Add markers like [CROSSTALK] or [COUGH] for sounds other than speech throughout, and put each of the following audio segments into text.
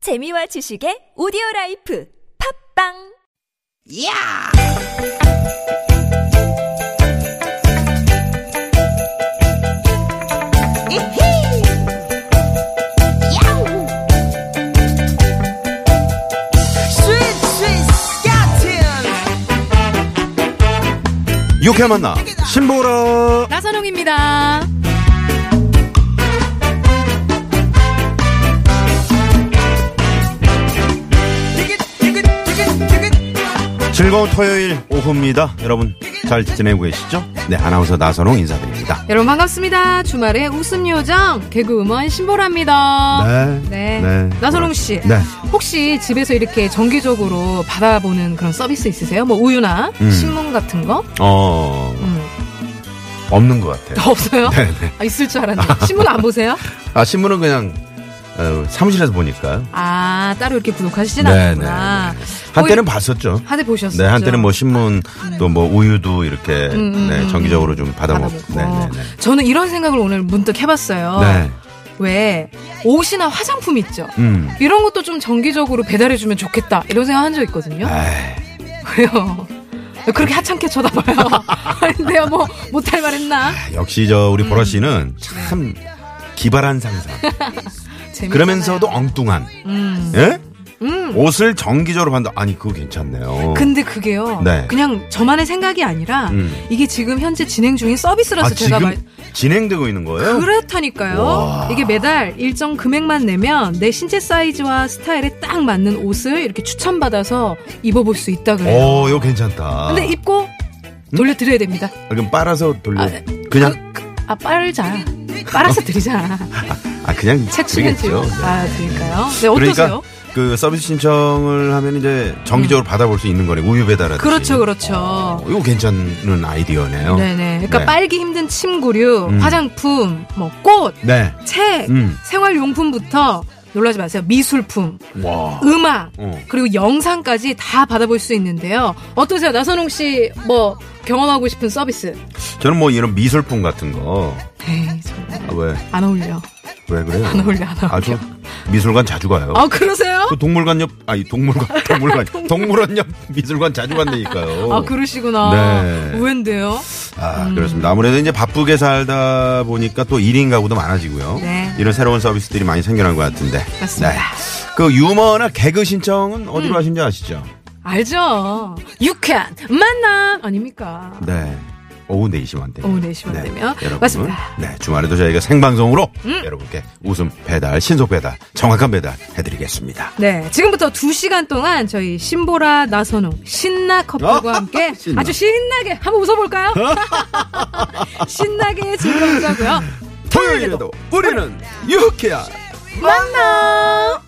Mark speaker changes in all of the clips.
Speaker 1: 재미와 지식의 오디오 라이프 팝빵
Speaker 2: 야! 이히! 야우! 스윗, 스윗, 스카틴!
Speaker 3: 유쾌한 만남 신보라
Speaker 4: 나선홍입니다.
Speaker 2: 티켓, 티켓, 티켓, 티켓!
Speaker 3: 즐거운 토요일 오후입니다 여러분 잘 지내고 계시죠? 네 아나운서 나선홍 인사드립니다
Speaker 4: 여러분 반갑습니다. 주말에 웃음 요정 개그 음원 신보라입니다.
Speaker 3: 네, 네.
Speaker 4: 나선홍 씨.
Speaker 3: 네.
Speaker 4: 혹시 집에서 이렇게 정기적으로 받아보는 그런 서비스 있으세요? 뭐 우유나
Speaker 3: 음.
Speaker 4: 신문 같은 거? [LAUGHS]
Speaker 3: 어
Speaker 4: 음.
Speaker 3: 없는 것 같아요
Speaker 4: 없어요?
Speaker 3: 네, 네.
Speaker 4: 아, 있을 줄
Speaker 3: [LAUGHS]
Speaker 4: 알았는데. 신문 안 보세요?
Speaker 3: 아 신문은 그냥 어, 사무실에서 보니까
Speaker 4: 아, 따로 이렇게 구독하시진
Speaker 3: 네,
Speaker 4: 않구나.
Speaker 3: 한때는 봤었죠
Speaker 4: 한때 보셨어요.
Speaker 3: 네 한때는 뭐 [LAUGHS] 신문 또 뭐 우유도 이렇게
Speaker 4: 아, 네. 음, 음,
Speaker 3: 네,
Speaker 4: 음.
Speaker 3: 정기적으로 좀 받아먹고
Speaker 4: 받아보고.
Speaker 3: 네, 네, 네.
Speaker 4: 저는 이런 생각을 오늘 문득 해봤어요.
Speaker 3: 네.
Speaker 4: 왜 옷이나 화장품 있죠?
Speaker 3: 음.
Speaker 4: 이런 것도 좀 정기적으로 배달해주면 좋겠다 이런 생각 한 적 있거든요.
Speaker 3: 아. 에이,
Speaker 4: 왜요? [LAUGHS] 왜 그렇게 하찮게 쳐다봐요. [LAUGHS] 아니, 내가 뭐 못할 말했나?
Speaker 3: 역시 저 우리
Speaker 4: 음.
Speaker 3: 보라 씨는 참 기발한 상상
Speaker 4: 재밌잖아요.
Speaker 3: 그러면서도 엉뚱한
Speaker 4: 음.
Speaker 3: 예?
Speaker 4: 음.
Speaker 3: 옷을 정기적으로 반다. 아니 그거 괜찮네요.
Speaker 4: 근데 그게요.
Speaker 3: 네.
Speaker 4: 그냥 저만의 생각이 아니라
Speaker 3: 음.
Speaker 4: 이게 지금 현재 진행 중인 서비스라서
Speaker 3: 아
Speaker 4: 제가
Speaker 3: 지금
Speaker 4: 말
Speaker 3: 진행되고 있는 거예요?
Speaker 4: 그렇다니까요.
Speaker 3: 와.
Speaker 4: 이게 매달 일정 금액만 내면 내 신체 사이즈와 스타일에 딱 맞는 옷을 이렇게 추천받아서 입어볼 수 있다 그래요.
Speaker 3: 오, 아. 음? 이거 괜찮다.
Speaker 4: 근데 입고 돌려드려야 됩니다.
Speaker 3: 아, 그럼 빨아서 돌려.
Speaker 4: 아, 네.
Speaker 3: 그냥
Speaker 4: 아 빨자.
Speaker 3: 어.
Speaker 4: 빨아서 드리자.
Speaker 3: 아 그냥
Speaker 4: 책치면
Speaker 3: 되겠죠. 네.
Speaker 4: 아 그러니까요. 네
Speaker 3: 그러니까
Speaker 4: 어떠세요? 음.
Speaker 3: 그 서비스 신청을 하면 이제 정기적으로 받아볼 수 있는 거네. 우유 배달하듯이.
Speaker 4: 그렇죠 그렇죠.
Speaker 3: 어, 이거 괜찮은 그러니까 아이디어네요.
Speaker 4: 네네. 그러니까
Speaker 3: 네.
Speaker 4: 빨기 힘든 침구류,
Speaker 3: 음.
Speaker 4: 화장품, 뭐 꽃,
Speaker 3: 네.
Speaker 4: 책,
Speaker 3: 음.
Speaker 4: 생활용품부터 놀라지 마세요. 미술품,
Speaker 3: 와.
Speaker 4: 음악,
Speaker 3: 어.
Speaker 4: 그리고 영상까지 다 받아볼 수 있는데요. 어떠세요, 나선홍 씨? 뭐 경험하고 싶은 서비스?
Speaker 3: 저는 뭐 이런 미술품 같은 거.
Speaker 4: 에이 정말
Speaker 3: 아, 왜,
Speaker 4: 안 어울려.
Speaker 3: 왜 그래요?
Speaker 4: 안 어울려. 안 어울려.
Speaker 3: 아주 미술관 자주 가요.
Speaker 4: 아 그러세요?
Speaker 3: 그 동물관 옆, 아니 동물관, [LAUGHS] 동물관, 동물원 옆 미술관 자주 간다니까요.
Speaker 4: 아 음. 그러시구나.
Speaker 3: 네.
Speaker 4: 우웬데요.
Speaker 3: 아, 그렇습니다. 아무래도 이제 바쁘게 살다 보니까 또 1인 가구도 많아지고요.
Speaker 4: 네.
Speaker 3: 이런 새로운 서비스들이 많이 생겨난 것 같은데.
Speaker 4: 맞습니다. 음.
Speaker 3: 그 유머나 개그 신청은 어디로 하신지 아시죠?
Speaker 4: 알죠. 유쾌한 만남 아닙니까?
Speaker 3: 네. 오후 4시만 되면. 네,
Speaker 4: 오후 4시만 되면.
Speaker 3: 여러분,
Speaker 4: 맞습니다.
Speaker 3: 네. 주말에도 저희가 생방송으로 여러분께 웃음 배달, 신속 배달, 정확한 배달 해드리겠습니다.
Speaker 4: 네, 지금부터 2시간 동안 저희 신보라 나선홍 신나 커플과
Speaker 3: 어? [LAUGHS]
Speaker 4: 함께
Speaker 3: 신나.
Speaker 4: 아주 신나게 한번 웃어볼까요?
Speaker 3: [LAUGHS]
Speaker 4: 신나게 즐겨보자고요.
Speaker 3: 토요일에도 우리는 유쾌한
Speaker 4: 만나.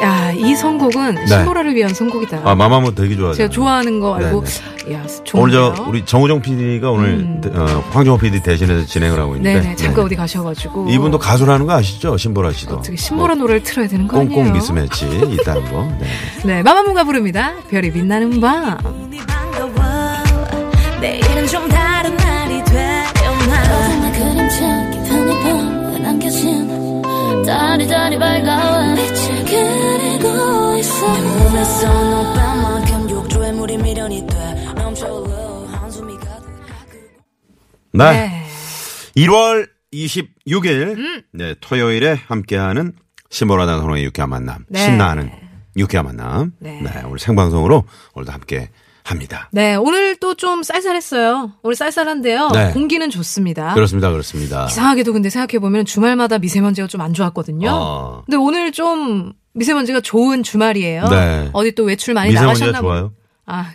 Speaker 4: 야, 이 선곡은 신보라를 위한 선곡이다.
Speaker 3: 네. 아, 마마무 되게 좋아하죠.
Speaker 4: 제가 좋아하는 거 알고, 야, 좋은데요?
Speaker 3: 오늘 저 우리 정우정 PD가 오늘
Speaker 4: 음.
Speaker 3: 어, 황정호 PD 대신해서 진행을 하고 있는데
Speaker 4: 네네, 잠깐
Speaker 3: 네.
Speaker 4: 어디 가셔가지고.
Speaker 3: 이분도 가수라는 거 아시죠? 신보라 씨도.
Speaker 4: 어떻게 신보라 노래를 틀어야 되는 거
Speaker 3: 뭐,
Speaker 4: 아니에요?
Speaker 3: 꽁꽁 미스매치 있다는 거. 네.
Speaker 4: 네, 마마무가 부릅니다. 별이 빛나는 밤.
Speaker 5: 이 반가워 내일은 좀 다른 날이 되려나
Speaker 6: 나 그림책 편히 밤을 안겨진 다리 다리 밝아와 빛을 그리고 있어
Speaker 5: 네 몸에서 너만큼 욕조에 물이 미련이 돼 넘쳐흘러 한숨이 가득
Speaker 3: 네.
Speaker 4: 네. 음.
Speaker 3: 1월 26일 네, 토요일에 함께하는 신보라 단호의 유쾌한 만남.
Speaker 4: 네.
Speaker 3: 신나는 유쾌한 만남. 네.
Speaker 4: 네.
Speaker 3: 오늘 생방송으로 오늘도 함께 합니다.
Speaker 4: 네, 오늘 또 좀 쌀쌀했어요. 오늘 쌀쌀한데요.
Speaker 3: 네.
Speaker 4: 공기는 좋습니다.
Speaker 3: 그렇습니다. 그렇습니다.
Speaker 4: 아. 이상하게도 근데 생각해보면 주말마다 미세먼지가 좀 안 좋았거든요.
Speaker 3: 아.
Speaker 4: 근데 오늘 좀 미세먼지가 좋은 주말이에요.
Speaker 3: 네.
Speaker 4: 어디 또 외출 많이
Speaker 3: 미세먼지가
Speaker 4: 나가셨나
Speaker 3: 좋아요.
Speaker 4: 아,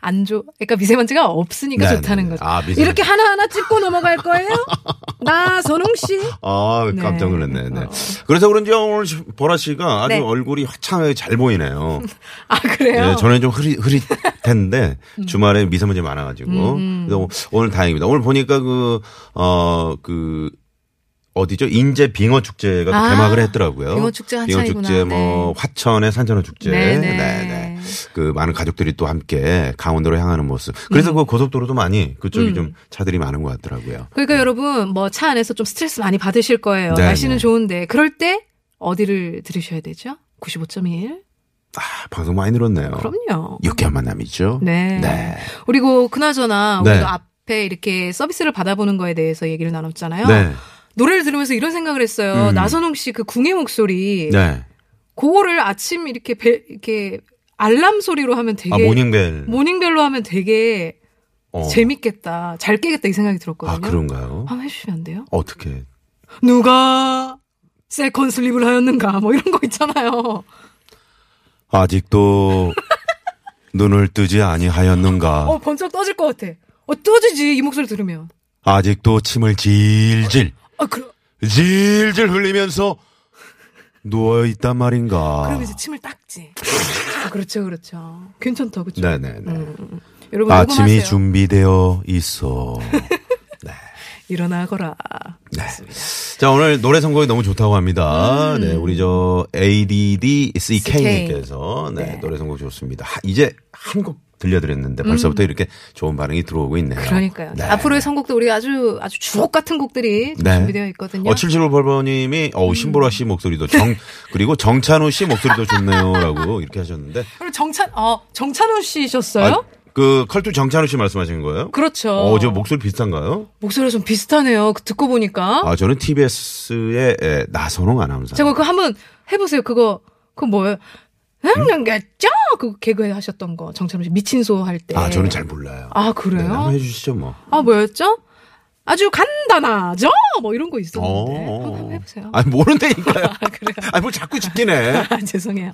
Speaker 4: 안 좋, 그러니까 미세먼지가 없으니까
Speaker 3: 네,
Speaker 4: 좋다는
Speaker 3: 네, 네.
Speaker 4: 거죠.
Speaker 3: 아, 미세먼지.
Speaker 4: 이렇게 하나하나 찝고 넘어갈 거예요? 나, 선홍씨?
Speaker 3: 아,
Speaker 4: 네.
Speaker 3: 깜짝 놀랐네. 네.
Speaker 4: 어.
Speaker 3: 그래서 그런지 오늘 시- 보라 씨가 아주
Speaker 4: 네.
Speaker 3: 얼굴이 화창하게 잘
Speaker 4: [LAUGHS]
Speaker 3: 보이네요.
Speaker 4: 아, 그래요? 음.
Speaker 3: 예, 저는 좀 흐릿, 흐릿했는데 주말에 미세먼지 많아가지고. 그래서 오늘 다행입니다. 오늘 보니까 그, 어, 그, 어디죠? 인제 빙어 축제가 또
Speaker 4: 아,
Speaker 3: 개막을 했더라고요.
Speaker 4: 빙어 축제
Speaker 3: 빙어
Speaker 4: 한창이구나. 네.
Speaker 3: 축제, 뭐 화천의 산천어 축제.
Speaker 4: 네네.
Speaker 3: 네네. 그 많은 가족들이 또 함께 강원도로 향하는 모습. 그래서
Speaker 4: 네.
Speaker 3: 그 고속도로도 많이
Speaker 4: 음.
Speaker 3: 그쪽이 좀 차들이 많은 것 같더라고요.
Speaker 4: 그러니까 여러분 뭐 차 안에서 좀 스트레스 많이 받으실 거예요.
Speaker 3: 네,
Speaker 4: 날씨는
Speaker 3: 네.
Speaker 4: 좋은데 그럴 때 어디를 들으셔야 되죠? 95.1.
Speaker 3: 아, 방송 많이 늘었네요.
Speaker 4: 그럼요.
Speaker 3: 유쾌한 만남이죠.
Speaker 4: 네.
Speaker 3: 네.
Speaker 4: 그리고 그나저나
Speaker 3: 네.
Speaker 4: 우리도 앞에 이렇게 서비스를 받아보는 거에 대해서 얘기를 나눴잖아요.
Speaker 3: 네.
Speaker 4: 노래를 들으면서 이런 생각을 했어요.
Speaker 3: 음.
Speaker 4: 나선홍 씨 그 궁의 목소리.
Speaker 3: 네.
Speaker 4: 그거를 아침 이렇게 벨, 이렇게 알람 소리로 하면 되게
Speaker 3: 아, 모닝벨.
Speaker 4: 모닝벨로 하면 되게
Speaker 3: 어.
Speaker 4: 재밌겠다. 잘 깨겠다 이 생각이 들었거든요.
Speaker 3: 아, 그런가요?
Speaker 4: 한번 해주시면 안 돼요?
Speaker 3: 어떻게.
Speaker 4: 누가 세컨 슬립을 하였는가 뭐 이런 거 있잖아요.
Speaker 3: 아직도 [LAUGHS] 눈을 뜨지 아니하였는가.
Speaker 4: 어 번쩍 떠질 것 같아. 어 떠지지 이 목소리 들으면.
Speaker 3: 아직도 침을 질질,
Speaker 4: 아 그럼
Speaker 3: 질질 흘리면서 누워있단 말인가.
Speaker 4: 그럼 이제 침을 닦지. 아, 그렇죠 그렇죠. 괜찮다 그렇죠.
Speaker 3: 네네네.
Speaker 4: 여러분
Speaker 3: 아침이
Speaker 4: 녹음하세요.
Speaker 3: 준비되어 있어.
Speaker 4: 일어나거라.
Speaker 3: 자, 오늘 노래 선곡이 너무 좋다고 합니다.
Speaker 4: 음.
Speaker 3: 네, 우리 저 ADDCK님께서 네, 노래 선곡 좋습니다. 하- 이제 한 곡 들려드렸는데 벌써부터 이렇게 좋은 반응이 들어오고 있네요.
Speaker 4: 음. 그러니까요.
Speaker 3: 네.
Speaker 4: 앞으로의 선곡도 우리 아주 아주 주옥 같은 곡들이 좀
Speaker 3: 네.
Speaker 4: 준비되어 있거든요. 음.
Speaker 3: 어, 7758번님이, 어우, 신보라 씨 목소리도 정, 그리고 정찬우 씨 목소리도 좋네요. 라고 이렇게 하셨는데.
Speaker 4: 그리고 정찬 어 정찬우 씨셨어요?
Speaker 3: 아, 그, 컬투 정찬우 씨 말씀하신 거예요?
Speaker 4: 그렇죠.
Speaker 3: 어, 저 목소리 비슷한가요?
Speaker 4: 목소리가 좀 비슷하네요. 그 듣고 보니까.
Speaker 3: 아, 저는 TBS의 예, 나선홍 아나운서.
Speaker 4: 제가 그거 한번 해보세요. 그거, 그거 뭐예요? 흥년겠죠? 그 개그 하셨던 거. 정찬우 씨 미친 소 할 때.
Speaker 3: 아, 저는 잘 몰라요.
Speaker 4: 아,
Speaker 3: 네,
Speaker 4: 그래요?
Speaker 3: 한번 해주시죠, 뭐.
Speaker 4: 아, 뭐였죠? 아주 간단하죠? 뭐 이런 거 있었는데. 한번, 한번 해보세요. 아,
Speaker 3: 어. 아니, 모른다니까요. 아니, 뭘 자꾸 지키네.
Speaker 4: 죄송해요.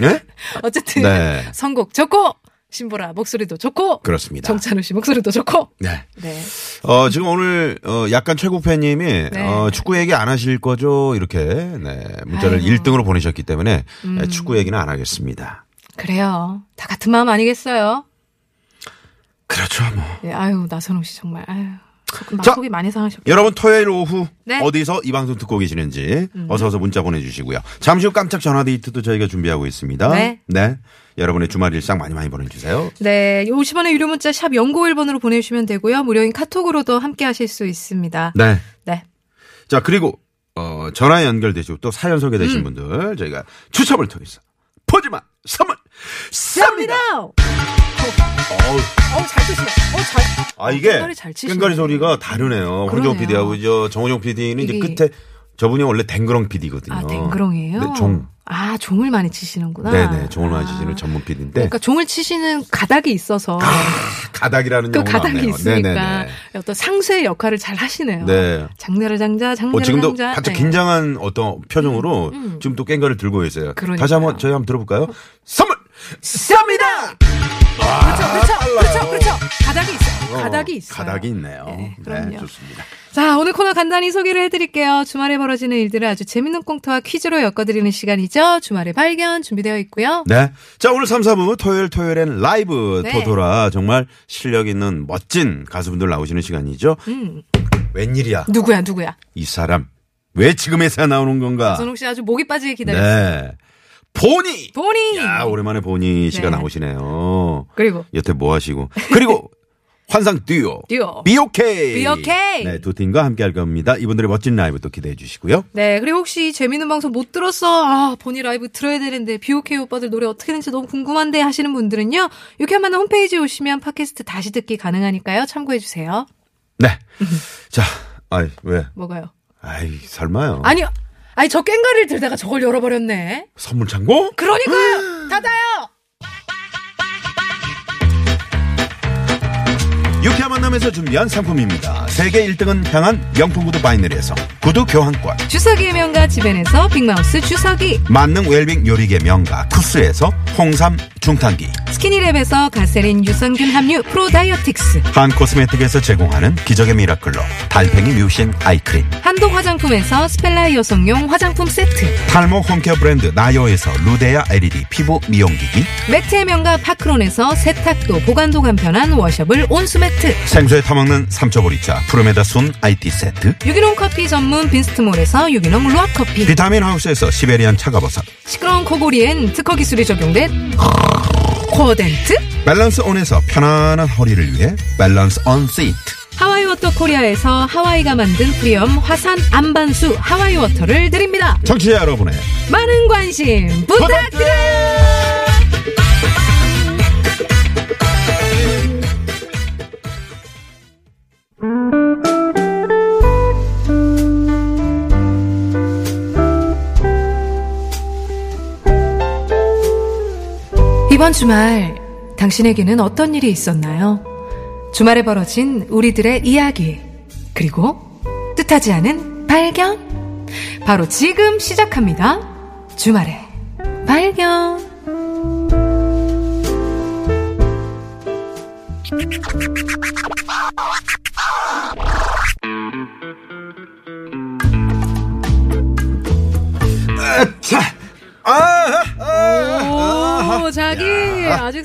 Speaker 3: 네?
Speaker 4: [LAUGHS] 어쨌든,
Speaker 3: 네.
Speaker 4: 선곡 좋고, 신보라 목소리도 좋고,
Speaker 3: 그렇습니다.
Speaker 4: 정찬우 씨 목소리도 좋고,
Speaker 3: 네.
Speaker 4: 네.
Speaker 3: 어, 지금 오늘, 어, 약간 최고팬님이,
Speaker 4: 네.
Speaker 3: 어, 축구 얘기 안 하실 거죠? 이렇게, 네. 문자를
Speaker 4: 아이고.
Speaker 3: 일 1등으로 보내셨기 때문에,
Speaker 4: 음.
Speaker 3: 네, 축구 얘기는 안 하겠습니다.
Speaker 4: 그래요. 다 같은 마음 아니겠어요?
Speaker 3: 그렇죠, 뭐.
Speaker 4: 네, 아유, 나선홍 씨 정말, 아유. 조금
Speaker 3: 자,
Speaker 4: 마음이 많이 상하셨고.
Speaker 3: 여러분 토요일 오후
Speaker 4: 네. 음.
Speaker 3: 어디서 이 방송 듣고 계시는지 어서 어서 문자 보내주시고요. 잠시 후 깜짝 전화 데이트도 저희가 준비하고 있습니다.
Speaker 4: 네.
Speaker 3: 여러분의 주말 일상 많이 많이 보내주세요.
Speaker 4: 네, 50원의 유료 문자 샵 0951번으로 보내주시면 되고요. 무료인 카톡으로도 함께 하실 수 있습니다.
Speaker 3: 네.
Speaker 4: 네.
Speaker 3: 자 그리고 어, 전화 연결되시고 또 사연 소개되신
Speaker 4: 음.
Speaker 3: 분들 저희가 추첨을 통해서 포지마 선물 쌉니다.
Speaker 4: 어,
Speaker 3: 어우,
Speaker 4: 잘 드시네. 어, 잘.
Speaker 3: 아 이게
Speaker 4: 끈가리 잘 치시네.
Speaker 3: 끈가리 소리가 다르네요.
Speaker 4: 그러네요.
Speaker 3: 홍정 PD하고 저 정호정 PD는 이제
Speaker 4: 이게-
Speaker 3: 끝에 저분이 원래 댕그렁 PD거든요. 네,
Speaker 4: 아, 댕그렁이에요?
Speaker 3: 종.
Speaker 4: 아, 종을 많이 치시는구나.
Speaker 3: 네네 종을 네. 많이
Speaker 4: 아.
Speaker 3: 치시는 전문 PD인데
Speaker 4: 그러니까 종을 치시는 가닥이 있어서
Speaker 3: 가닥이라는
Speaker 4: 그
Speaker 3: 용어가
Speaker 4: 가닥이
Speaker 3: 나오네요.
Speaker 4: 있으니까
Speaker 3: 네네네.
Speaker 4: 어떤 상쇄 역할을 잘 하시네요.
Speaker 3: 네.
Speaker 4: 장례를 장자, 장례를
Speaker 3: 어, 지금도
Speaker 4: 장자.
Speaker 3: 바짝
Speaker 4: 네. 음,
Speaker 3: 긴장한 어떤 표정으로 지금 또 깽가를 들고 있어요.
Speaker 4: 그러니까요.
Speaker 3: 다시 한번 저희 한번 들어볼까요? 선물 쌉니다.
Speaker 4: 그렇죠, 그렇죠, 그렇죠. 가닥이 있어요. 가닥이 있어요.
Speaker 3: 가닥이 있네요.
Speaker 4: 네,
Speaker 3: 네,
Speaker 4: 그럼요.
Speaker 3: 좋습니다.
Speaker 4: 자, 오늘 코너 간단히 소개를 해드릴게요. 주말에 벌어지는 일들을 아주 재밌는 꽁트와 퀴즈로 엮어드리는 시간이죠. 주말의 발견 준비되어 있고요.
Speaker 3: 네. 자, 오늘 3, 4부 토요일 토요일엔 라이브
Speaker 4: 네.
Speaker 3: 토토라 정말 실력 있는 멋진 가수분들 나오시는 시간이죠.
Speaker 4: 음.
Speaker 3: 웬일이야?
Speaker 4: 누구야, 누구야?
Speaker 3: 이 사람 왜 지금에서야 나오는 건가?
Speaker 4: 전홍 씨 아주 목이 빠지게 기다렸어요.
Speaker 3: 네. 보니.
Speaker 4: 보니!
Speaker 3: 야, 오랜만에 보니 씨가
Speaker 4: 네.
Speaker 3: 나오시네요.
Speaker 4: 그리고
Speaker 3: 여태 뭐 하시고
Speaker 4: [LAUGHS]
Speaker 3: 그리고 환상 듀오
Speaker 4: 듀오.
Speaker 3: BOK
Speaker 4: BOK.
Speaker 3: 네두 팀과 함께 할 겁니다 이분들의 멋진 라이브 또 기대해 주시고요
Speaker 4: 네, 그리고 혹시 재밌는 방송 못 들었어? 아, 보니 라이브 들어야 되는데, 비오케이 오빠들 노래 어떻게 되는지 너무 궁금한데 하시는 분들은요, 유쾌한 만남 홈페이지에 오시면 팟캐스트 다시 듣기 가능하니까요, 참고해주세요.
Speaker 3: 네.
Speaker 4: [LAUGHS]
Speaker 3: 네자 아이 왜
Speaker 4: 뭐가요?
Speaker 3: 아이 설마요
Speaker 4: 아니요! 아니, 저 깽가리를 들다가 저걸 열어버렸네.
Speaker 3: 선물 창고
Speaker 4: 그러니까요! 닫아요!
Speaker 3: 유쾌한 만남에서 준비한 상품입니다 세계 1등은 향한 명품 구두 바이너리에서 구두 교환권
Speaker 4: 주석이의 명가 집엔에서 빅마우스 주석이,
Speaker 3: 만능 웰빙 요리계 명가 쿠스에서 홍삼 중탕기
Speaker 4: 스키니랩에서 가세린 유산균 함유 프로 다이어틱스,
Speaker 3: 한 코스메틱에서 제공하는 기적의 미라클로 달팽이 뮤신 아이크림
Speaker 4: 한독 화장품에서 스펠라 여성용 화장품 세트,
Speaker 3: 탈모 홈케어 브랜드 나요에서 루데아 LED 피부 미용기기
Speaker 4: 매트의 명가 파크론에서 세탁도 보관도 간편한 워셔블 온수매트,
Speaker 3: 생수에 타먹는 삼초보리차 푸르메다 순 IT 세트
Speaker 4: 유기농 커피 전문 빈스트몰에서 유기농 루아 커피
Speaker 3: 비타민 하우스에서 시베리안 차가버섯
Speaker 4: 시끄러운 코골이엔 특허 기술이 적용된 코덴트
Speaker 3: 밸런스 온에서 편안한 허리를 위해 밸런스 온 시트.
Speaker 4: 하와이 워터 코리아에서 하와이가 만든 프리엄 화산 안반수 하와이 워터를 드립니다.
Speaker 3: 청취자 여러분의
Speaker 4: 많은 관심 부탁드려요. 이번 주말 당신에게는 어떤 일이 있었나요? 주말에 벌어진 우리들의 이야기 그리고 뜻하지 않은 발견 바로 지금 시작합니다. 주말에 발견
Speaker 3: 자, 아, 아,
Speaker 4: 오 자기 아직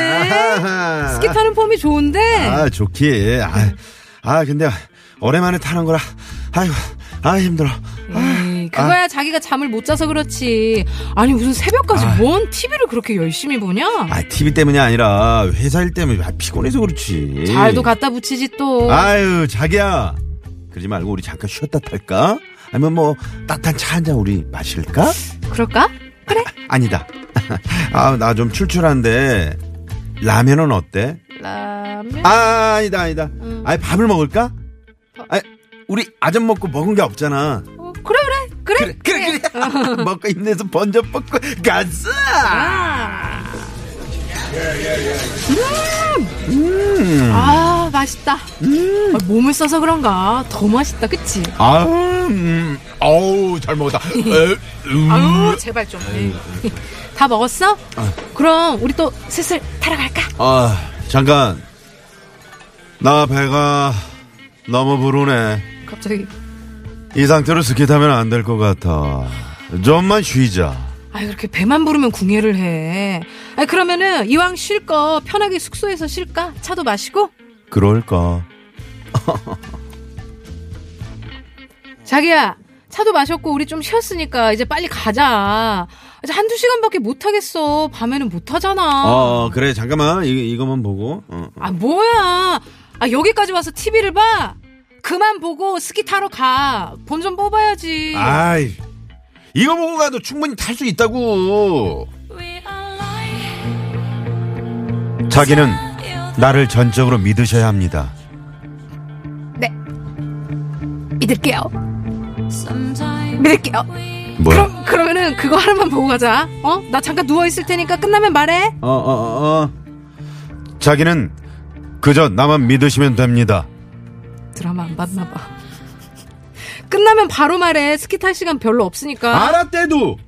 Speaker 3: [LAUGHS] 아하.
Speaker 4: 스키 타는 폼이 좋은데
Speaker 3: 아 좋기. 아, 아 근데 오랜만에 타는 거라. 아이고, 아 힘들어.
Speaker 4: 에이, 그거야 자기가 잠을 못 자서 그렇지 아니 무슨 새벽까지 뭔 TV를 그렇게 열심히 보냐
Speaker 3: 아 TV 때문이 아니라 회사 일 때문에 아, 피곤해서 그렇지.
Speaker 4: 잘도 갖다 붙이지 또
Speaker 3: 아유 자기야 그러지 말고 우리 잠깐 쉬었다 탈까? 아니면 뭐 따뜻한 차 한 잔 우리 마실까?
Speaker 4: 그럴까? 그래
Speaker 3: 아니다. [LAUGHS] 아 나 좀 출출한데 라면은 어때?
Speaker 4: 라면
Speaker 3: 아 아니다 아니다. 아니 밥을 먹을까? 아 우리 아점 먹고 먹은 게 없잖아.
Speaker 4: 어, 그래 그래 그래
Speaker 3: 그래 그래 어. 그래. [LAUGHS] 먹고 힘내서 번져 먹고 가자.
Speaker 4: 아 맛있다 아, 몸을 써서 그런가 더 맛있다 그치
Speaker 3: 아, 음, 어우 잘 먹었다. 에, 음.
Speaker 4: 아우 제발 좀. 예. [LAUGHS] 다 먹었어? 그럼 우리 또 슬슬 타러 갈까?
Speaker 3: 아, 잠깐. 나 배가 너무 부르네.
Speaker 4: 갑자기.
Speaker 3: 이 상태로 스키 타면 안 될 것 같아. 좀만 쉬자.
Speaker 4: 아 이렇게 배만 부르면 궁예를 해. 아 그러면은 이왕 쉴 거 편하게 숙소에서 쉴까? 차도 마시고.
Speaker 3: 그럴까?
Speaker 4: 자기야 차도 마셨고 우리 좀 쉬었으니까 이제 빨리 가자. 이제 한두 시간밖에 못 하겠어. 밤에는 못 하잖아.
Speaker 3: 어, 그래. 잠깐만. 이, 이것만 보고. 어.
Speaker 4: 아 뭐야? 아 여기까지 와서 TV를 봐. 그만 보고 스키 타러 가. 돈 좀 뽑아야지.
Speaker 3: 아이. 이거 보고 가도 충분히 탈 수 있다고. 자기는 나를 전적으로 믿으셔야 합니다.
Speaker 4: 네. 믿을게요.
Speaker 6: Sometimes
Speaker 4: 믿을게요. 어,
Speaker 6: we
Speaker 3: 뭐야?
Speaker 4: 그럼 그러면은 그거 하나만 보고 가자. 어? 나 잠깐 누워 있을 테니까 끝나면 말해.
Speaker 3: 어, 어, 어, 어. 자기는 그저 나만 믿으시면 됩니다.
Speaker 4: 드라마 안 봤나 봐. 끝나면 바로 말해. 스키 탈 시간 별로
Speaker 3: 아.
Speaker 4: 없으니까.
Speaker 3: 알았대도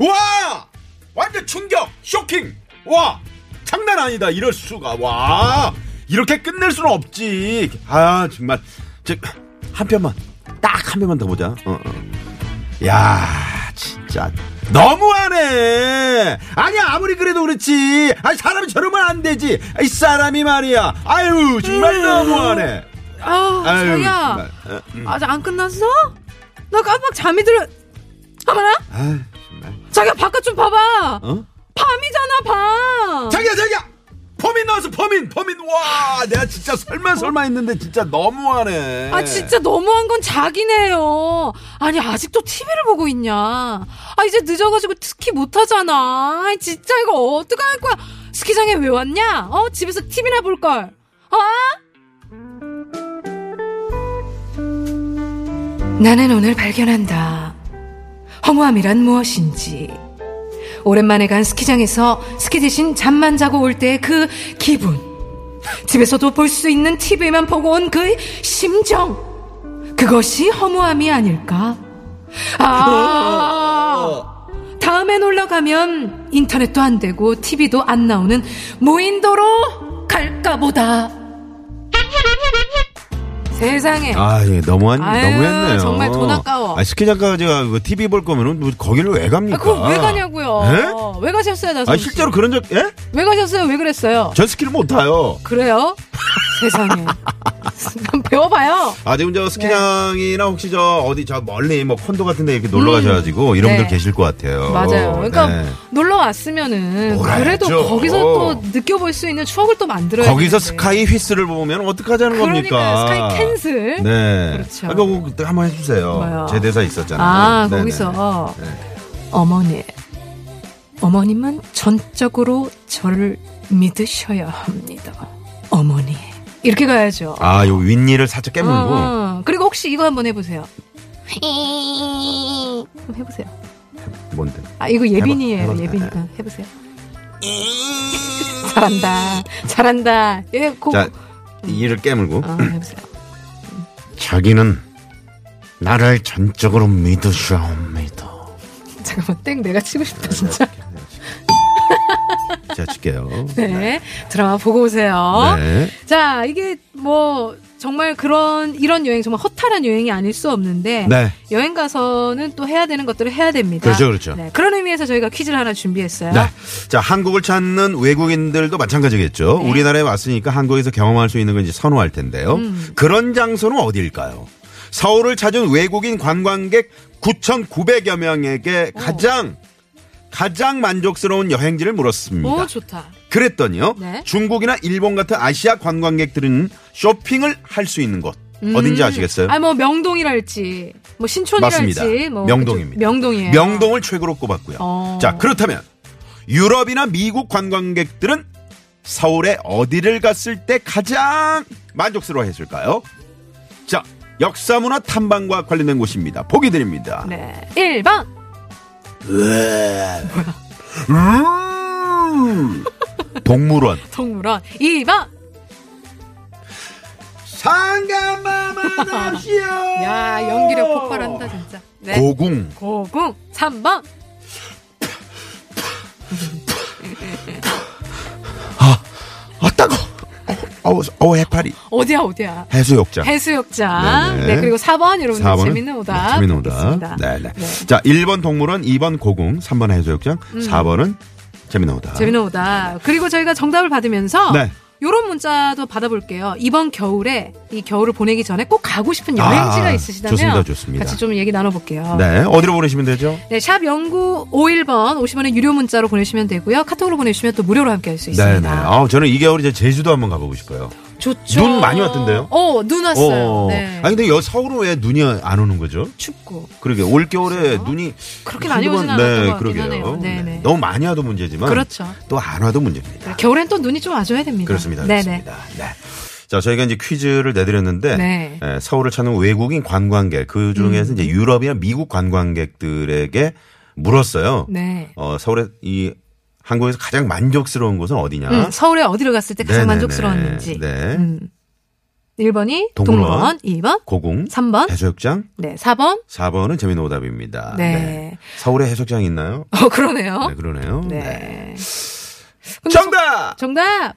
Speaker 3: 와 완전 충격 쇼킹 와 장난 아니다 이럴 수가 와 이렇게 끝낼 수는 없지 아 정말 즉한 편만 딱 한 편만 더 보자 어, 어. 야 진짜 너무하네 아니야 아무리 그래도 그렇지 아니 사람이 저러면 안 되지 이 사람이 말이야 아유 정말 너무하네
Speaker 4: 아,
Speaker 3: 아유,
Speaker 4: 자기야.
Speaker 3: 정말. 어, 음.
Speaker 4: 아직 안 끝났어? 나 깜빡 잠이 들어. 어머나?
Speaker 3: 아 정말
Speaker 4: 자기야 바깥 좀 봐봐.
Speaker 3: 어?
Speaker 4: 밤이잖아 밤.
Speaker 3: 자기야 자기야 범인 나왔어 범인 범인 와 내가 진짜 설마 설마 했는데 진짜 너무하네
Speaker 4: 아 진짜 너무한 건 자기네요. 아니 아직도 TV를 보고 있냐? 아 이제 늦어가지고 스키 못 하잖아. 아, 진짜 이거 어떡할 거야? 스키장에 왜 왔냐? 어 집에서 TV나 볼 걸. 어? 나는 오늘 발견한다. 허무함이란 무엇인지. 오랜만에 간 스키장에서 스키 대신 잠만 자고 올 때의 그 기분. 집에서도 볼 수 있는 TV만 보고 온 그의 심정. 그것이 허무함이 아닐까?
Speaker 3: [LAUGHS] 어.
Speaker 4: 아! 다음에 놀러 가면 인터넷도 안 되고 TV도 안 나오는 무인도로 갈까 보다. 세상에.
Speaker 3: 아, 예, 너무한,
Speaker 4: 아유,
Speaker 3: 너무했네요.
Speaker 4: 정말 돈 아까워.
Speaker 3: 아, 스키장까지가 그 TV 볼 거면은 뭐 거기를 왜 갑니까?
Speaker 4: 아, 그거 왜 가냐고요?
Speaker 3: 예?
Speaker 4: 왜 가셨어요, 나선
Speaker 3: 아,
Speaker 4: 씨?
Speaker 3: 실제로 그런 적, 예?
Speaker 4: 왜 가셨어요? 왜 그랬어요?
Speaker 3: 전 스키를 못 타요.
Speaker 4: 그래요? 세상에. 한번 배워봐요.
Speaker 3: 아직 저 스키장이나 혹시 저 어디 저 멀리 뭐 콘도 같은데 이렇게 놀러 가셔가지고 이런
Speaker 4: 네.
Speaker 3: 분들 계실 것 같아요.
Speaker 4: 맞아요. 그러니까
Speaker 3: 네.
Speaker 4: 놀러 왔으면은
Speaker 3: 놀아야죠.
Speaker 4: 그래도 거기서
Speaker 3: 어.
Speaker 4: 또 느껴볼 수 있는 추억을 또 만들어야
Speaker 3: 거기서
Speaker 4: 되는데.
Speaker 3: 스카이 휘스를 보면 어떡하자는
Speaker 4: 그러니까
Speaker 3: 겁니까?
Speaker 4: 스카이 캔슬.
Speaker 3: 네.
Speaker 4: 그렇죠.
Speaker 3: 아, 그거 그때 한번 해주세요.
Speaker 4: 뭐요?
Speaker 3: 제 대사 있었잖아요.
Speaker 4: 아,
Speaker 3: 네네.
Speaker 4: 거기서
Speaker 3: 네.
Speaker 4: 어머니. 어머님은 전적으로 저를 믿으셔야 합니다. 어머니. 이렇게 가야죠.
Speaker 3: 아, 뭐? 요 윗니를 살짝 깨물고.
Speaker 4: 어, 어. 그리고 혹시 이거 한번 해보세요. 한번 해보세요.
Speaker 3: 뭔데?
Speaker 4: 아 이거 예빈이에요.
Speaker 3: 해봐, 해봐.
Speaker 4: 예빈이가 해보세요. 잘한다. 잘한다. 예, 고.
Speaker 3: 자, 이를 깨물고.
Speaker 4: 어, 해보세요.
Speaker 3: 자기는 나를 전적으로 믿으셔야 합니다.
Speaker 4: [LAUGHS] 잠깐만 땡 내가 치고 싶다 진짜. [LAUGHS]
Speaker 3: 제가 칠게요.
Speaker 4: 네 어? 드라마 보고 오세요.
Speaker 3: 네.
Speaker 4: 자 이게 뭐 정말 그런 이런 여행 정말 허탈한 여행이 아닐 수 없는데
Speaker 3: 네.
Speaker 4: 여행 가서는 또 해야 되는 것들을 해야 됩니다.
Speaker 3: 그렇죠, 그렇죠.
Speaker 4: 네, 그런 의미에서 저희가 퀴즈를 하나 준비했어요.
Speaker 3: 네. 자, 한국을 찾는 외국인들도 마찬가지겠죠.
Speaker 4: 네.
Speaker 3: 우리나라에 왔으니까 한국에서 경험할 수 있는 걸 이제 선호할 텐데요.
Speaker 4: 음.
Speaker 3: 그런 장소는 어디일까요? 서울을 찾은 외국인 관광객 9,900여 명에게 가장 가장 만족스러운 여행지를 물었습니다.
Speaker 4: 오 좋다.
Speaker 3: 그랬더니요.
Speaker 4: 네.
Speaker 3: 중국이나 일본 같은 아시아 관광객들은 쇼핑을 할 수 있는 곳 어딘지 아시겠어요?
Speaker 4: 아 뭐 명동이랄지 뭐 신촌이랄지
Speaker 3: 맞습니다.
Speaker 4: 뭐
Speaker 3: 명동입니다.
Speaker 4: 그쪽- 명동이에요.
Speaker 3: 명동을 최고로 꼽았고요.
Speaker 4: 어.
Speaker 3: 자, 그렇다면 유럽이나 미국 관광객들은 서울에 어디를 갔을 때 가장 만족스러워 했을까요? 자, 역사문화 탐방과 관련된 곳입니다. 보기 드립니다.
Speaker 4: 네. 1번. 네.
Speaker 3: 음~ 동물원.
Speaker 4: 동물원 2번
Speaker 3: 상감마만 하시오.
Speaker 4: 야 연기력 폭발한다 진짜 네.
Speaker 3: 고궁.
Speaker 4: 고궁 3번
Speaker 3: 아, 따고. 어우, 어우, 해파리.
Speaker 4: 어디야 어디야
Speaker 3: 해수욕장.
Speaker 4: 해수욕장
Speaker 3: 네네.
Speaker 4: 네, 그리고 4번 여러분들
Speaker 3: 4번은
Speaker 4: 재밌는 오답
Speaker 3: 네, 재밌는 오답.
Speaker 4: 보겠습니다.
Speaker 3: 네, 네. 자, 1번 동물원, 2번 고궁, 3번 해수욕장, 4번은 재밌는 오답.
Speaker 4: 음. 재밌는 오답 그리고 저희가 정답을 받으면서
Speaker 3: 네.
Speaker 4: 요런 문자도 받아볼게요 이번 겨울에 이 겨울을 보내기 전에 꼭 가고 싶은 여행지가
Speaker 3: 아,
Speaker 4: 있으시다면
Speaker 3: 좋습니다, 좋습니다.
Speaker 4: 같이 좀 얘기 나눠볼게요
Speaker 3: 네, 어디로 보내시면 되죠?
Speaker 4: 네, 샵 0951번 50원의 유료 문자로 보내시면 되고요 카톡으로 보내주시면 또 무료로 함께 할 수
Speaker 3: 네,
Speaker 4: 있습니다
Speaker 3: 네. 아, 저는 이 겨울에 이제 제주도 한번 가보고 싶어요.
Speaker 4: 좋죠
Speaker 3: 눈 많이 왔던데요?
Speaker 4: 어, 눈 왔어요 네.
Speaker 3: 아 근데 여 서울은 왜 눈이 안 오는 거죠?
Speaker 4: 춥고
Speaker 3: 그러게 올 겨울에 눈이
Speaker 4: 그렇죠. 그렇게 많이
Speaker 3: 한두
Speaker 4: 오진
Speaker 3: 번-
Speaker 4: 않았던
Speaker 3: 네,
Speaker 4: 것 같긴
Speaker 3: 그러게요.
Speaker 4: 하네요. 네, 네.
Speaker 3: 너무 많이 와도 문제지만
Speaker 4: 그렇죠.
Speaker 3: 또 안 와도 문제입니다.
Speaker 4: 겨울엔 또 눈이 좀 와줘야 됩니다.
Speaker 3: 그렇습니다.
Speaker 4: 네네.
Speaker 3: 그렇습니다. 네. 자, 저희가 이제 퀴즈를 내드렸는데
Speaker 4: 네. 음.
Speaker 3: 에, 서울을 찾는 외국인 관광객 그 중에서 이제 유럽이나 미국 관광객들에게 물었어요.
Speaker 4: 네.
Speaker 3: 어, 서울에 이 한국에서 가장 만족스러운 곳은 어디냐?
Speaker 4: 음, 서울에 어디를 갔을 때 가장
Speaker 3: 네네네.
Speaker 4: 만족스러웠는지.
Speaker 3: 네.
Speaker 4: 음. 1번이
Speaker 3: 동물원.
Speaker 4: 동물원, 2번,
Speaker 3: 고궁,
Speaker 4: 3번,
Speaker 3: 해수욕장,
Speaker 4: 네, 4번.
Speaker 3: 4번은 재미있는 오답입니다.
Speaker 4: 네.
Speaker 3: 서울에 해수욕장 있나요?
Speaker 4: 어, 그러네요.
Speaker 3: 네, 그러네요.
Speaker 4: 네.
Speaker 3: 네.
Speaker 4: 근데
Speaker 3: 정답!
Speaker 4: 정- 정답!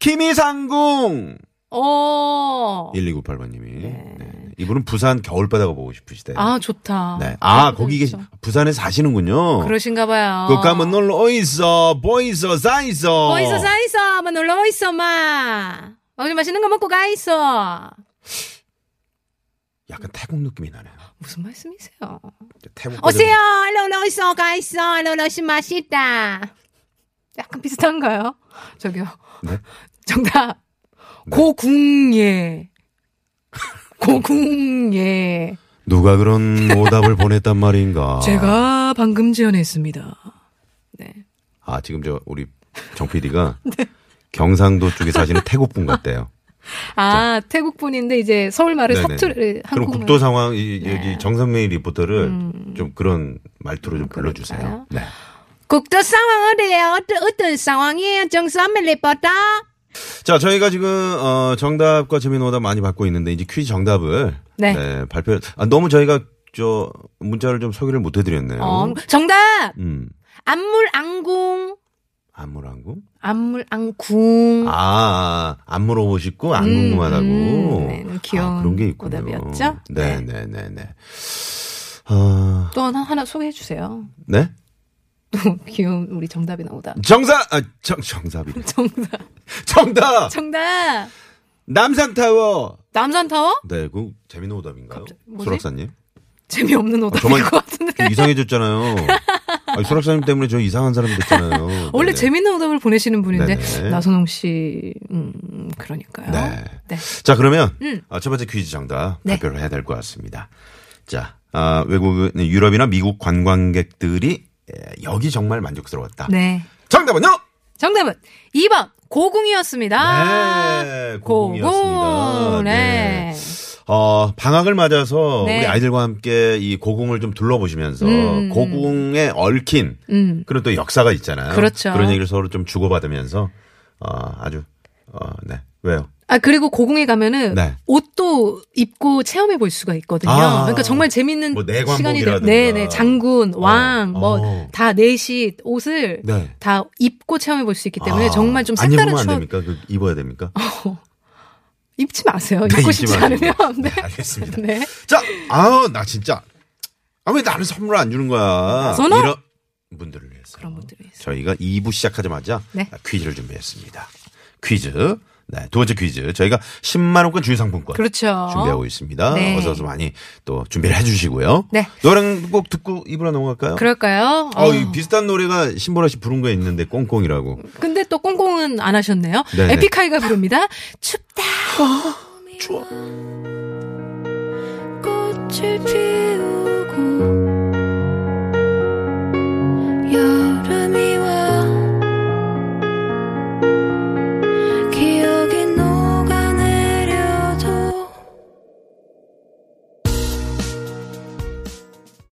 Speaker 3: 김이상궁!
Speaker 4: 어.
Speaker 3: 예. 1298번님이. 네. 이분은 부산 겨울바다가 보고 싶으시대요.
Speaker 4: 아, 좋다.
Speaker 3: 네. 아, 거기 계시, 부산에 사시는군요.
Speaker 4: 그렇죠. 그러신가 봐요.
Speaker 3: 그거 가면 놀러 어 있어, 뭐 있어, 사 있어.
Speaker 4: 어, 있어, 사 있어. 마 놀러 와 있어, 마. 어디 맛있는 거 먹고 가 있어.
Speaker 3: 약간 태국 느낌이 나네요.
Speaker 4: 무슨 말씀이세요?
Speaker 3: 태국.
Speaker 4: 어, 오세요. 롤러 있어 가 있어. 롤러 씨 맛있다. 약간 비슷한가요? 저기요.
Speaker 3: 네?
Speaker 4: [LAUGHS] 정답.
Speaker 3: [LAUGHS]
Speaker 4: 고궁예. 고궁예.
Speaker 3: 누가 그런 오답을 보냈단 말인가.
Speaker 4: [LAUGHS] 제가 방금 지어냈습니다. 네.
Speaker 3: 아, 지금 저, 우리 정
Speaker 4: [LAUGHS]
Speaker 3: PD가. 경상도 쪽에 사시는 태국분 같대요.
Speaker 4: 아, 태국 분인데 이제 서울 말을
Speaker 3: 네네.
Speaker 4: 사투리
Speaker 3: 그럼
Speaker 4: 한국말. 네.
Speaker 3: 국도 상황 이, 여기 정선미 리포터를 좀 그런 말투로 좀 불러주세요.
Speaker 4: 음. 그럴까요?
Speaker 3: 네.
Speaker 4: 국도 상황 어때요? 어떤 어떤 상황이에요? 정선미 리포터.
Speaker 3: 자, 저희가 지금 어, 정답과 재미있는 오답 많이 받고 있는데 이제 퀴즈 정답을
Speaker 4: 네.
Speaker 3: 발표. 아, 너무 저희가 저 문자를 좀 소개를 못 해드렸네요.
Speaker 4: 어, 정답.
Speaker 3: 음,
Speaker 4: 안물안궁.
Speaker 3: 안물안궁?
Speaker 4: 안물안궁.
Speaker 3: 아, 아, 안 물어보시고 안
Speaker 4: 음,
Speaker 3: 궁금하다고.
Speaker 4: 음, 네, 네, 귀여운
Speaker 3: 아, 그런 게 있군요.
Speaker 4: 오답이었죠?
Speaker 3: 네, 네, 네, 네. 아,
Speaker 4: 또 하나, 하나 소개해 주세요. [LAUGHS]
Speaker 3: 네?
Speaker 4: 또 귀여운 우리 정답이 나오다. [LAUGHS]
Speaker 3: 정사, 아, 정, 정답이
Speaker 4: 정답.
Speaker 3: 정답!
Speaker 4: 정답.
Speaker 3: 남산타워.
Speaker 4: 남산타워?
Speaker 3: 네, 그 재미있는 오답인가요?
Speaker 4: 갑자기- 뭐지?
Speaker 3: 수락사님.
Speaker 4: 재미없는
Speaker 3: 아,
Speaker 4: 오답인
Speaker 3: 저만
Speaker 4: 것 같은데.
Speaker 3: 좀 이상해졌잖아요. 아, 수락사님 때문에 저 이상한 사람 됐잖아요.
Speaker 4: [LAUGHS] [LAUGHS] 원래
Speaker 3: 네네.
Speaker 4: 재밌는 오답을 보내시는 분인데
Speaker 3: 네네.
Speaker 4: 나선홍 씨, 음, 그러니까요.
Speaker 3: 네.
Speaker 4: 네.
Speaker 3: 자, 그러면
Speaker 4: 음.
Speaker 3: 아, 첫 번째 퀴즈 정답
Speaker 4: 네.
Speaker 3: 발표를 해야 될 것 같습니다. 자, 아, 외국 유럽이나 미국 관광객들이 예, 여기 정말 만족스러웠다.
Speaker 4: 네.
Speaker 3: 정답은요?
Speaker 4: 정답은 2번 고궁이었습니다.
Speaker 3: 네, 고궁이었습니다.
Speaker 4: 고궁.
Speaker 3: 네.
Speaker 4: 네.
Speaker 3: 어, 방학을 맞아서
Speaker 4: 네.
Speaker 3: 우리 아이들과 함께 이 고궁을 좀 둘러보시면서
Speaker 4: 음.
Speaker 3: 고궁에 얽힌
Speaker 4: 음.
Speaker 3: 그런 또 역사가 있잖아요.
Speaker 4: 그렇죠.
Speaker 3: 런 얘기를 서로 좀 주고받으면서 어, 아주 어, 네. 왜요?
Speaker 4: 아 그리고 고궁에 가면은
Speaker 3: 네.
Speaker 4: 옷도 입고 체험해 볼 수가 있거든요.
Speaker 3: 아.
Speaker 4: 그러니까 정말 재밌는
Speaker 3: 뭐
Speaker 4: 시간이
Speaker 3: 내관복이라든가.
Speaker 4: 네네 장군, 왕,
Speaker 3: 어.
Speaker 4: 뭐
Speaker 3: 어.
Speaker 4: 다 내시 옷을
Speaker 3: 네.
Speaker 4: 다 입고 체험해 볼 수 있기 때문에
Speaker 3: 아,
Speaker 4: 정말 좀
Speaker 3: 안
Speaker 4: 색다른
Speaker 3: 입으면 안
Speaker 4: 추억
Speaker 3: 됩니까? 그 입어야 됩니까?
Speaker 4: 입지 마세요.
Speaker 3: 네,
Speaker 4: 입고
Speaker 3: 잊지
Speaker 4: 싶지
Speaker 3: 마세요.
Speaker 4: 않으면
Speaker 3: 네,
Speaker 4: 네.
Speaker 3: 알겠습니다.
Speaker 4: 네.
Speaker 3: 자, 아우 나 진짜 아 왜 나는 선물 안 주는 거야?
Speaker 4: 선호!
Speaker 3: 이런 분들을 위해서
Speaker 4: 그런 분들을 위해서.
Speaker 3: 저희가 2부 시작하자마자
Speaker 4: 네.
Speaker 3: 퀴즈를 준비했습니다. 퀴즈. 네, 두 번째 퀴즈. 저희가 10만 원권 주유 상품권
Speaker 4: 그렇죠.
Speaker 3: 준비하고 있습니다.
Speaker 4: 네.
Speaker 3: 어서 어서 많이 또 준비를 해 주시고요.
Speaker 4: 네.
Speaker 3: 노래는 꼭 듣고 입으로 넘어갈까요?
Speaker 4: 그럴까요?
Speaker 3: 어,
Speaker 4: 어.
Speaker 3: 이 비슷한 노래가 신보라 씨 부른 거 있는데 꽁꽁이라고.
Speaker 4: 근데 또 꽁꽁은 안 하셨네요.
Speaker 3: 네네.
Speaker 4: 에픽하이가 부릅니다. 춥다.
Speaker 6: 꽃을 피우